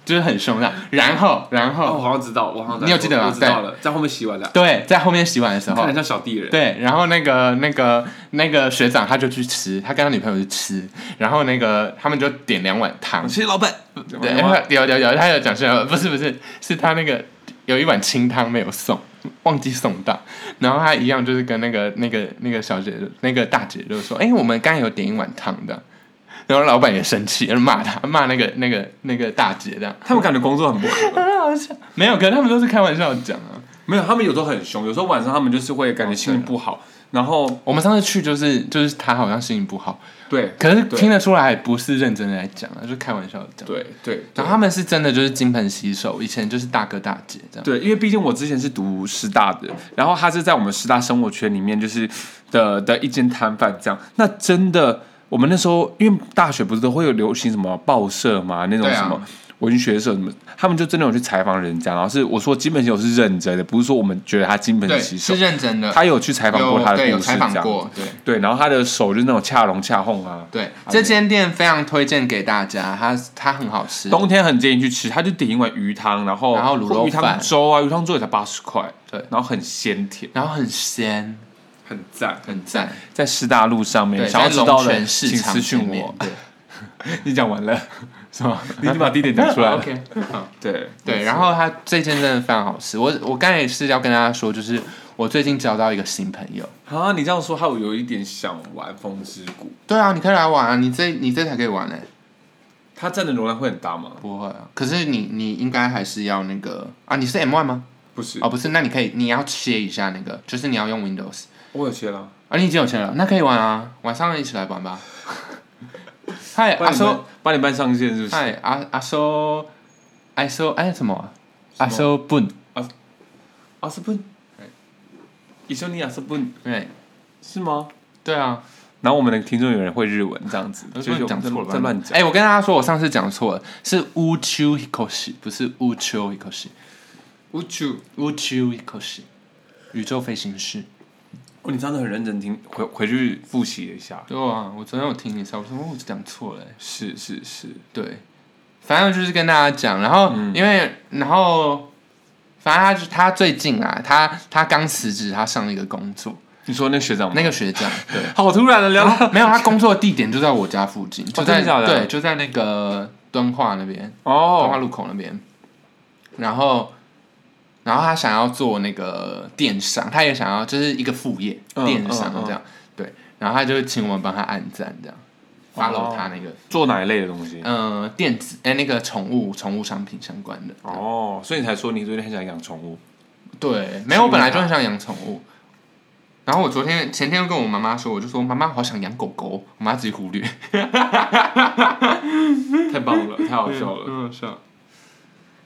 就是很凶这样，然后然哦，我后、好像知道，我好像你有记得吗我知道了，在后面洗完了，对，在后面洗碗的时看起候来。像小地人。对，然后那个那个那个学长他就去吃，他跟他女朋友去吃，然后那个他们就点两碗汤，谢谢老板。对，有有有，他有讲是，不是不是，是他那个有一碗清汤没有送，忘记送到，然后他一样就是跟那个那个那个小姐那个大姐就说，哎、我们刚才有点一碗汤的，然后老板也生气，就骂他，骂那个那个那个大姐这样， 他们感觉工作很不可，很好笑，没有，可是他们都是开玩笑讲啊。没有，他们有时候很凶，有时候晚上他们就是会感觉心情不好，然后我们上次去就是就是他好像心情不好，对可是对听得出来不是认真的来讲啊，就是开玩笑地讲。对对，然后他们是真的就是金盆洗手，以前就是大哥大姐这样。对，因为毕竟我之前是读师大的，然后他是在我们师大生活圈里面，就是的的一间摊贩这样。那真的，我们那时候因为大学不是都会有流行什么报社嘛，那种对啊什么。文学社什么，他们就真的有去采访人家，然后是我说金盆洗手是认真的，不是说我们觉得他金盆对，洗手是，认真的。他有去采访过有他的故对事，有采访这样，过，对对，然后他的手就是那种恰龙恰哄啊，对，这间店非常推荐给大家，它它很好吃，冬天很建议去吃，他就点一碗鱼汤，然后然后卤肉鱼汤饭粥啊，鱼汤粥也才八十块，对然后很鲜甜，然后很鲜，很赞，很赞。在师大路上面，对，想要在知道龙的泉请市场私前讯面我。对， 你讲完了，是吗？你已经把地点 讲出来了。 OK，好。 对对，然后它这间真的非常好吃。我我刚才也是要跟大家说，就是我最近交到一个新朋友。啊，你这样说，害我有一点想玩风之谷。对啊，你可以来玩啊，你这你这才可以玩嘞、它占的容量会很大吗？不会啊，可是你你应该还是要那个啊，你是 M one 吗？不是，哦，不是，那你可以你要切一下那个，就是你要用 Windows。我有切了。啊，你已经有钱了，那可以玩啊，晚上一起来玩吧。 嗨，八阿点半叔，八点半上线是不是？嗨，哎阿阿叔，阿叔，哎什么啊？阿什叔本，阿斯本，一緒に阿斯本对是吗？对啊，然后我们的听众有人会日文，这样 子，我就是我们讲错了吧，在乱讲。哎，我跟大家说，我上次讲错了，是乌丘 hikoshi，不是乌丘 hikoshi，我去，乌丘 hikoshi，宇宙飞行士。哦，你真的很认真听，回回去复习一下。对啊，我昨天有听一下，我说哦我讲错了欸。是是是，对，反正就是跟大家讲，然后、因为然后反正他就他最近啊，他他刚辞职，他上了一个工作，你说那个学长吗那个啊学长，对，好突然的啊聊然到后没有他工作的地点就在我家附近，就哦真在、的假的对，就在那个敦化那边，敦化哦，路口那边，然后。然后他想要做那个电商，他也想要就是一个副业，嗯电商嗯嗯这样。然后他就会请我们帮他按赞这样，follow 哦他那个做哪一类的东西？嗯、呃电子哎、那个宠物宠物商品相关的。哦，所以你才说你最近很想养宠 物，对，没有，我本来就很想养宠物。然后我昨天前天又跟我妈妈说，我就说妈妈好想养狗狗，我妈自己忽略，太棒了，太好笑了。嗯，好笑。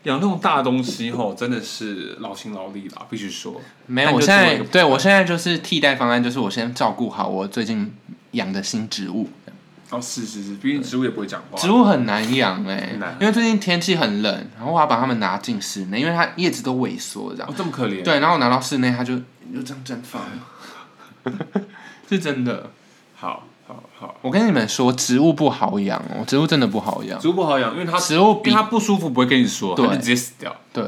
养那种大东西吼，真的是劳心劳力啦，必须说。没有，但我就现多在一个对我现在就是替代方案，就是我先照顾好我最近养的新植物。哦，是是是，毕竟植物也不会讲话。植物很难养哎、很难因为最近天气很冷，然后我要把它们拿进室内，因为它叶子都萎缩这样。哦，这么可怜。对，然后我拿到室内，它就就这样绽放， 是真的。好，好，好。我跟你们说，植物不好养哦，植物真的不好养。植物不好养，因为它植物因为比它不舒服不会跟你说，它对就直接死掉。对，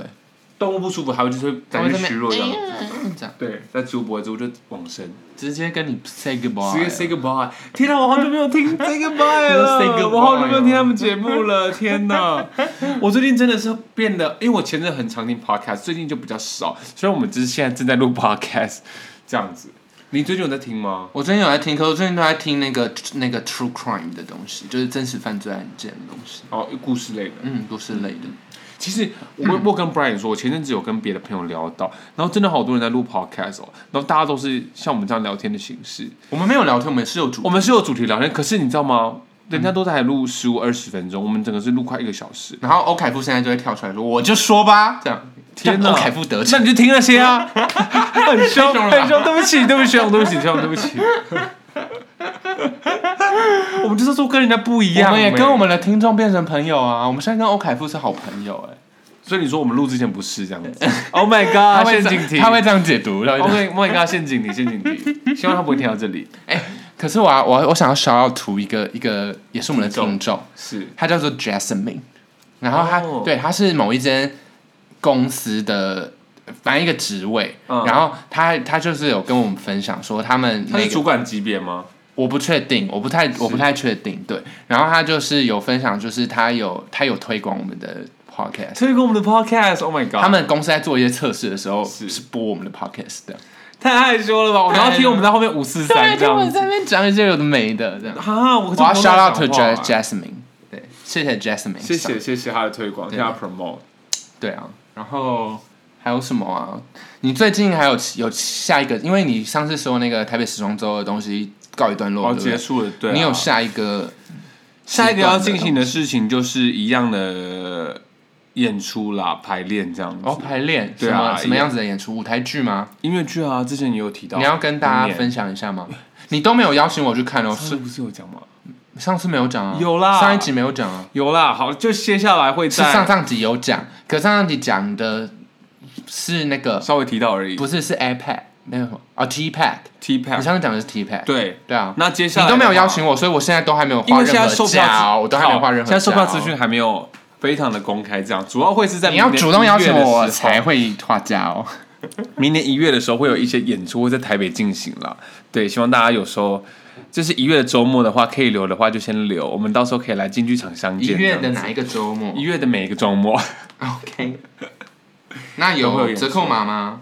动物不舒服，它会就是会它感会觉在那边虚弱一样。哎呀这样对，但植物不会，植物就往生，直接跟你 say 直接 say goodbye。欸 goodbye。天哪，我好久没有听 say goodbye 了 say goodbye 我好久没有听他们节目了。天哪， 我最近真的是变得，因为我前阵很常听 podcast，最近就比较少。虽然我们只是现在正在录 podcast 这样子，你最近有在听吗？我最近有在听，可是我最近都在听那个那个 true crime 的东西，就是真实犯罪案件的东西，哦，故事类的。嗯，都是类的。其实 我我跟 Brian 说，我前阵子有跟别的朋友聊到，然后真的好多人在录 podcast 哦，然后大家都是像我们这样聊天的形式。我们没有聊天，我们是有主我们是有主题聊天，可是你知道吗？人家都在录十五二十分钟，我们整个是录快一个小时。然后欧凯富现在就会跳出来说：“我就说吧。”这样，天哪哪，欧凯富得那逞。你就听那些 啊，很凶，凶了吧很凶，对不起，对不起，哦对不起，对不 起。我们就是说跟人家不一样、我们也跟我欸们的听众变成朋友啊！我们现在跟欧凯富是好朋友哎、所以你说我们录之前不是这样 子。Oh my god，陷这阱题，他会这样解读。他会这 Oh 样 my oh my god，陷阱题，陷阱题，希望他不会听到这里。可是我啊我我想要 shout out to 一个一个也是我们的听听众，是他叫做 Jasmine，然后他、哦对他是某一间公司的反正一个职位，嗯然后他他就是有跟我们分享说他们他那是个主管级别吗？我不确嗯定，我不太我不太确定，对。然后他就是有分享，就是他有他有推广我们的 podcast，推给我们的 podcast，Oh my god，他们公司在做一些测试的时候是是播我们的 podcast 的，太害羞了吧？我然后太听我们在后面五四三这他样们子在。那边讲一些有的没的这样。啊，我我要 shout out to Ja- Jack， Jasmine，对，谢谢 Jasmine，啊谢谢谢谢他的推广，谢对谢他 promote。对啊，然后还有什么啊？你最近还有有下一个？因为你上次说那个台北时装周的东西告一段落，好，对不对结束了，对啊。你有下一个下一个要进行的事情就是一样的演出啦，排练这样子。哦排练对什啊么什么样子的演出？舞台剧吗？音乐剧啊，之前也有提到。你要跟大家明年分享一下吗？ 你都没有邀请我去看哦，上次是不是有讲吗？上次没有讲啊，有啦上一集没有讲啊，有啦，好，就接下来会是上在上集有讲，可上上集讲的是那个稍微提到而已。不是是 iPad 那个什么啊 T Pad， T 你 pad，上次讲的是 T Pad，对，对啊，那接下来你都没有的话邀请我，所以我现在都还没有因画为现在任售何票价资哦，我都还没有画任何现在售票价哦资讯还没有非常的公开，这样主要会是在你要明年主动邀1请月的我时候才会画价哦。明年一月的时候会有一些演出会在台北进行啦。对，希望大家有时候就是一月的周末的话，可以留的话就先留，我们到时候可以来进剧场相见。这样子一个周末一月的每一个周 末， ？OK，那都会有有演折扣码吗？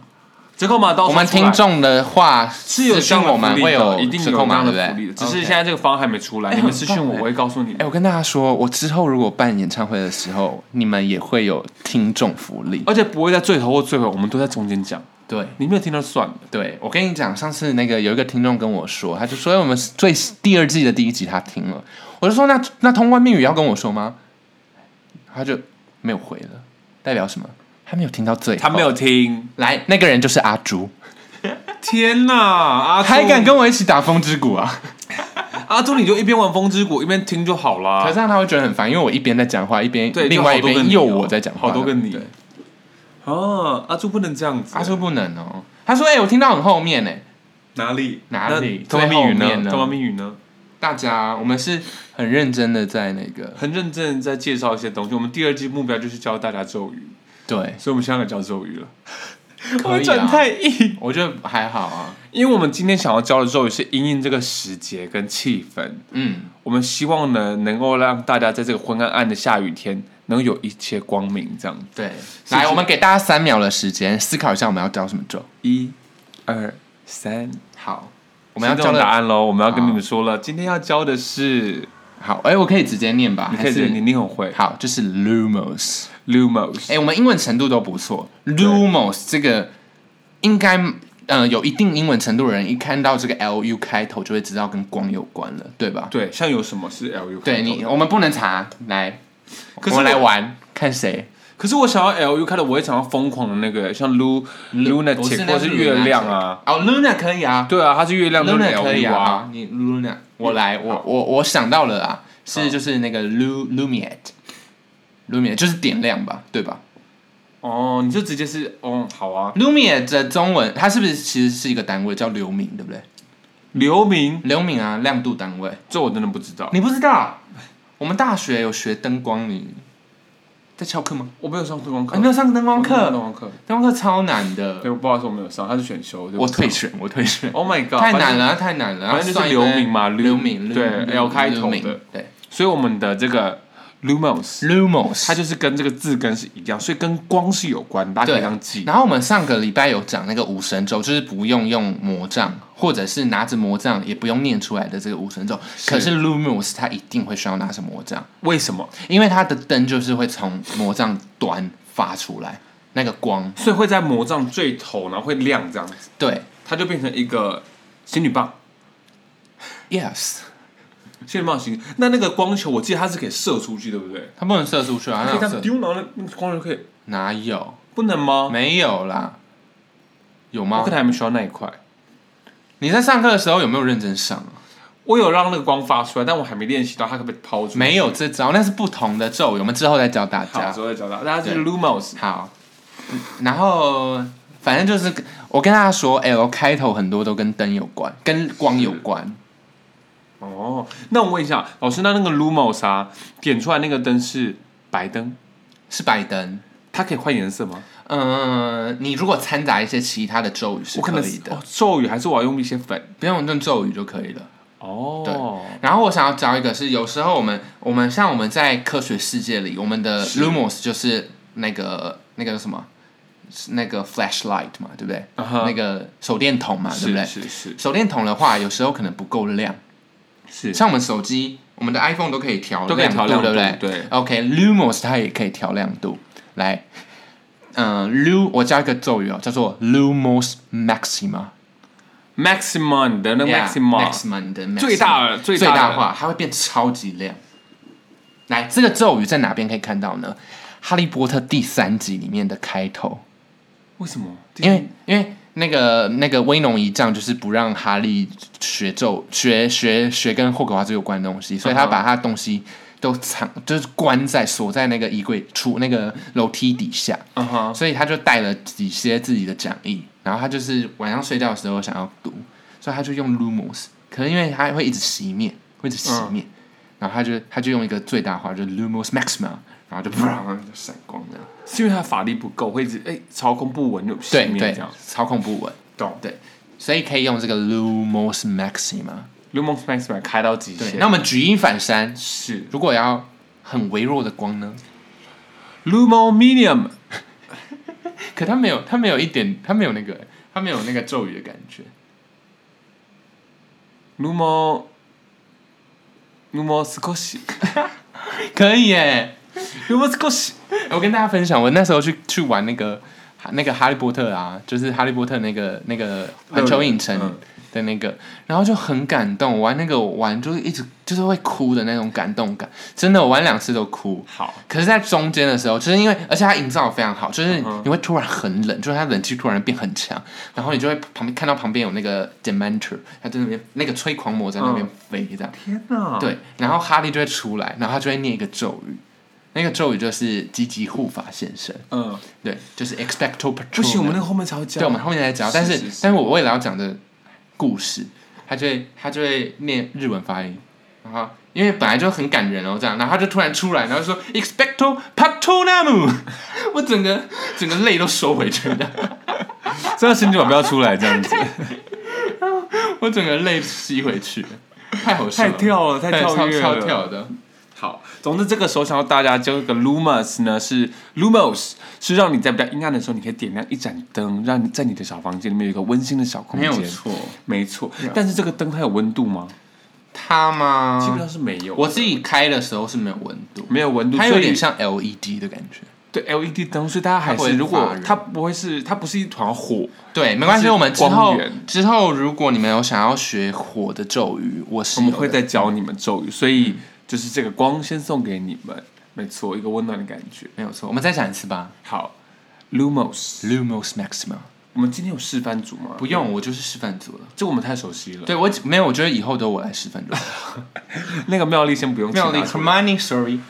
折扣码到时候我们出来听众的话是有私这讯样的我们福利会的有一定折有扣这码，样对不的福利对的，？只是 OK 现在这个方案还没出来，哎你们私信很棒我，哎我会告诉你哎、。我跟大家说，我之后如果办演唱会的时候，你们也会有听众福利。而且不会在最头或最尾，我们都在中间讲，对你没有听到算了。对，我跟你讲，上次那个有一个听众跟我说，他就说哎我们最第二季的第一集他听了，我就说那那通关密语要跟我说吗？他就没有回了，代表什么？他没有听到最后，他没有听，来，那个人就是阿朱，天哪！阿朱还敢跟我一起打风之谷啊？阿朱，你就一边玩风之谷一边听就好啦可是。这样他会觉得很烦，因为我一边在讲话，一边啊对，另外一边又又我在讲哦话，好多跟你对。哦，阿朱不能这样子。阿朱不能哦，他说：“哎、我听到很后面呢。哪里？哪里那通关密最后语面呢？呢通关密语呢？”大家，我们是很认真的在那 个很认真地在介绍一些东西。我们第二季目标就是教大家咒语，对，所以我们现在来教咒语了。我可们以转啊。太硬，我觉得还好啊，因为我们今天想要教的咒语是因应这个时节跟气氛。嗯，我们希望呢，能够让大家在这个昏暗暗的下雨天，能有一些光明。这样，对。是来，是我们给大家三秒的时间思考一下，我们要教什么咒。一、二、三，好，我们要交交答的案喽，我们要跟你们说了，今天要教的是，好，哎、我可以直接念吧？你可以还是你你很会好，就是 lumos。 ，lumos，哎、我们英文程度都不错。Lumos 这个应该，呃，有一定英文程度的人一看到这个 L U 开头就会知道跟光有关了，对吧？对，像有什么是 lu，对开头的你，我们不能查，来，可是我们来我玩，看谁可是我想要 lu 开头，我会想要疯狂的那个，像 lu 不是 lunatic 那或是月亮啊，。哦，Luna 可以啊对啊，它是月亮就是，Luna 可以 lu 啊，，你 Luna，我来，我我我想到了啊，好是就是那个 Lu Lumiet，Lumiet 就是点亮吧，对吧？哦，你就直接是，哦，好啊， Lumiere 的中文，它是不是其实是一个单位叫流明，对不对？流明，流明啊，亮度单位，这我真的不知道，你不知道？我们大学有学灯光，你在翘课吗？哦我没有上灯光啊课你，没有上灯光课，灯光课，灯光课超难的对，，我不好意思，我没有上，它是选修，对不我对退选，我退选， ，Oh my god，太难了，太难了。反正就是要算一流明嘛堆流流明，对流明 L 开头的流明对所以我们的这个 lumos， ，lumos，它就是跟这个字根是一样，所以跟光是有关，大家可以对这样记。然后我们上个礼拜有讲那个五神咒，就是不用用魔杖，或者是拿着魔杖也不用念出来的这个五神咒。可是 Lumos 他一定会需要拿着魔杖，为什么？因为他的灯就是会从魔杖端发出来那个光。所以会在魔杖最头，然后会亮这样子，对它就变成一个仙女棒。 ，Yes，仙女棒形，那那个光球，我记得它是可以射出去，对不对？他不能射出去啊，可那以这有样射丢，然后那那个光球可以，哪有？不能吗？没有啦，有我吗可？能还没学到那一块。你在上课的时候有没有认真上啊？我有让那个光发出来，但我还没练习到它可不可以抛出来。没有这招，那是不同的咒语，我们之后再教大好，家之。后再教大家。大家是对 lumos，好，嗯然后反正就是我跟大家说，L 开头很多都跟灯有关，跟光有关。哦，那我问一下老师，那那个 lumos 啊，点出来那个灯是白灯，是白灯。它可以换颜色吗？嗯、你如果掺杂一些其他的咒语是我可可能以的，哦，咒语还是我要用一些粉不用用咒语就可以了。哦。然后我想要教一个是，有时候我们我们像我们在科学世界里，我们的是 lumos 就是那个那个什么，是那个 flashlight 嘛，对不对啊哈那个手电筒嘛，对不对？是是手电筒的话，有时候可能不够亮，是是，像我们手机、我们的 iPhone 都可以调都可以调亮亮度，对不度对？对。 OK，Lumos、它也可以调亮度。来，嗯、l u 我教一个咒语哦，叫做 Lumos Maxima。 maximum 的那个 m a maximum x i m 的 maxima, 最大的最最大的大化，它会变超级亮。来，这个咒语在哪边可以看到呢？《哈利波特》第三集里面的开头，为什么？因为嗯因为那个那个威农一丈就是不让哈利学咒学学学跟霍格华兹有关的东西，所以他嗯哼把他的东西都藏，就是关在锁在那个衣柜出那个楼梯底下，嗯 哼，所以他就带了几些自己的讲义，然后他就是晚上睡觉的时候想要读，所以他就用 lumos，可能因为他会一直熄灭，会一直熄灭，然后他就他就用一个最大化，就是 lumos maxima，然后就砰就闪光这样，是因为他法力不够，会一直哎操控不稳就熄对灭对这样。，操控不稳。懂对，所以可以用这个 Lumos Maxima。 ？lumos maximum 开到极限。那我们举一反三，是如果要很微弱的光呢？ lumos medium 可它没有，它没有一点，它没有那个，它没有那个咒语的感觉。 lumos lumos 少し可以耶！ lumos 少し我跟大家分享，我那时候去去玩那个那个哈利波特啊，就是哈利波特那个那个环球影城嗯的那个，然后就很感动，我玩那个我玩就是一直就是会哭的那种感动感，真的我玩两次都哭。好，可是，在中间的时候，就是因为，而且它营造的非常好，就是嗯哼你会突然很冷，就是它冷气突然变很强，然后你就会旁边看到旁边有那个 Dementor，他在那边那个吹狂魔在那嗯边飞这样，天哪，对，然后哈利就会出来，然后他就会念一个咒语，那个咒语就是积极护法现身，嗯，对，就是 Expecto Patronum。不行，我们那个后面才会讲。对，我们后面再讲，但是是是是但是我为了要讲的故事，他就会他就会念日文发音，然后因为本来就很感人哦，这样，然后他就突然出来，然后说 expecto patronum，我 整个整个泪都收回去了，这样神经宝不要出来这 样子，我整个泪吸回去了，太好笑太了，跳了，太对跳跃超超了。跳的，好，总之这个时候想要大家这个 Lumos 呢是 Lumos 是让你在比较阴暗的时候，你可以点亮一盏灯，让你在你的小房间里面有一个温馨的小空没间。有错，没错。但是这个灯它有温度吗？它基本吗？上是没有。我自己开的时候是没有温度，没有温度，它有所以点像 LED 的感觉。对 LED 灯，所以大家还它不会是如发果热它不会是它不是一团火，对，没关系，是我们之光后源之后如果你们有想要学火的咒语，我是我们有会的再嗯教你们咒语，所以就是这个光先送给你们，没错，一个温暖的感觉。没有错，我们再讲一次吧。好，Lumos， Lumos Maxima，我们今天有示范组吗？不，用，我就是示范组了。这个我们太熟悉了。对我没有，我觉得以后都我来示 范组。那个妙丽先不用请妙她丽出来 Hermione，sorry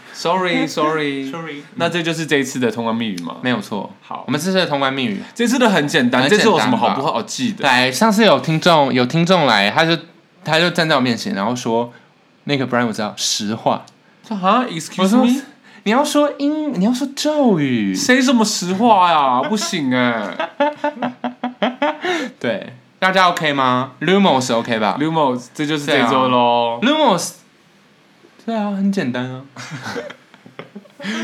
，sorry sorry sorry，那这就是这一次的通关密语吗？没有错。好我们这次的通关密语，这次的很简单，很这简单次有什么好不好记 的？来，上次有听众有听众来，他就他就站在我面前，然后说，那个 Brian 我知道，实话，啊我，excuse 说 me，你要说英，你要说咒语，谁什么实话呀？不行 哎对，大家 OK 吗？Lumos OK 吧，Lumos，这就是这对啊周喽。 ？Lumos，对啊，很简单啊。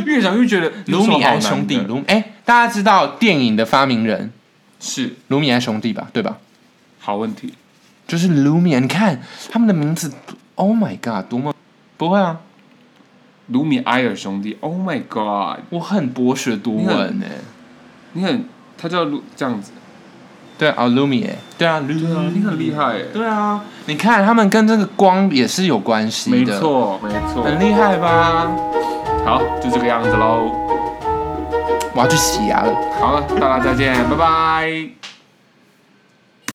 越想越觉得卢米埃兄弟，卢哎，大家知道电影的发明人是卢米埃兄弟吧？对吧？好问题。就是 Lumia，你看他们的名字，Oh my god，多么不会啊！卢米埃尔兄弟，Oh my God！我很博学多闻哎、你很，他叫卢这样子，对啊，Lumia，对啊，Lumia，你很厉害耶，对啊，你看他们跟这个光也是有关系的，没，错没错，很厉害吧？好，就这个样子喽。我要去洗牙了。好了，大家再见，拜拜。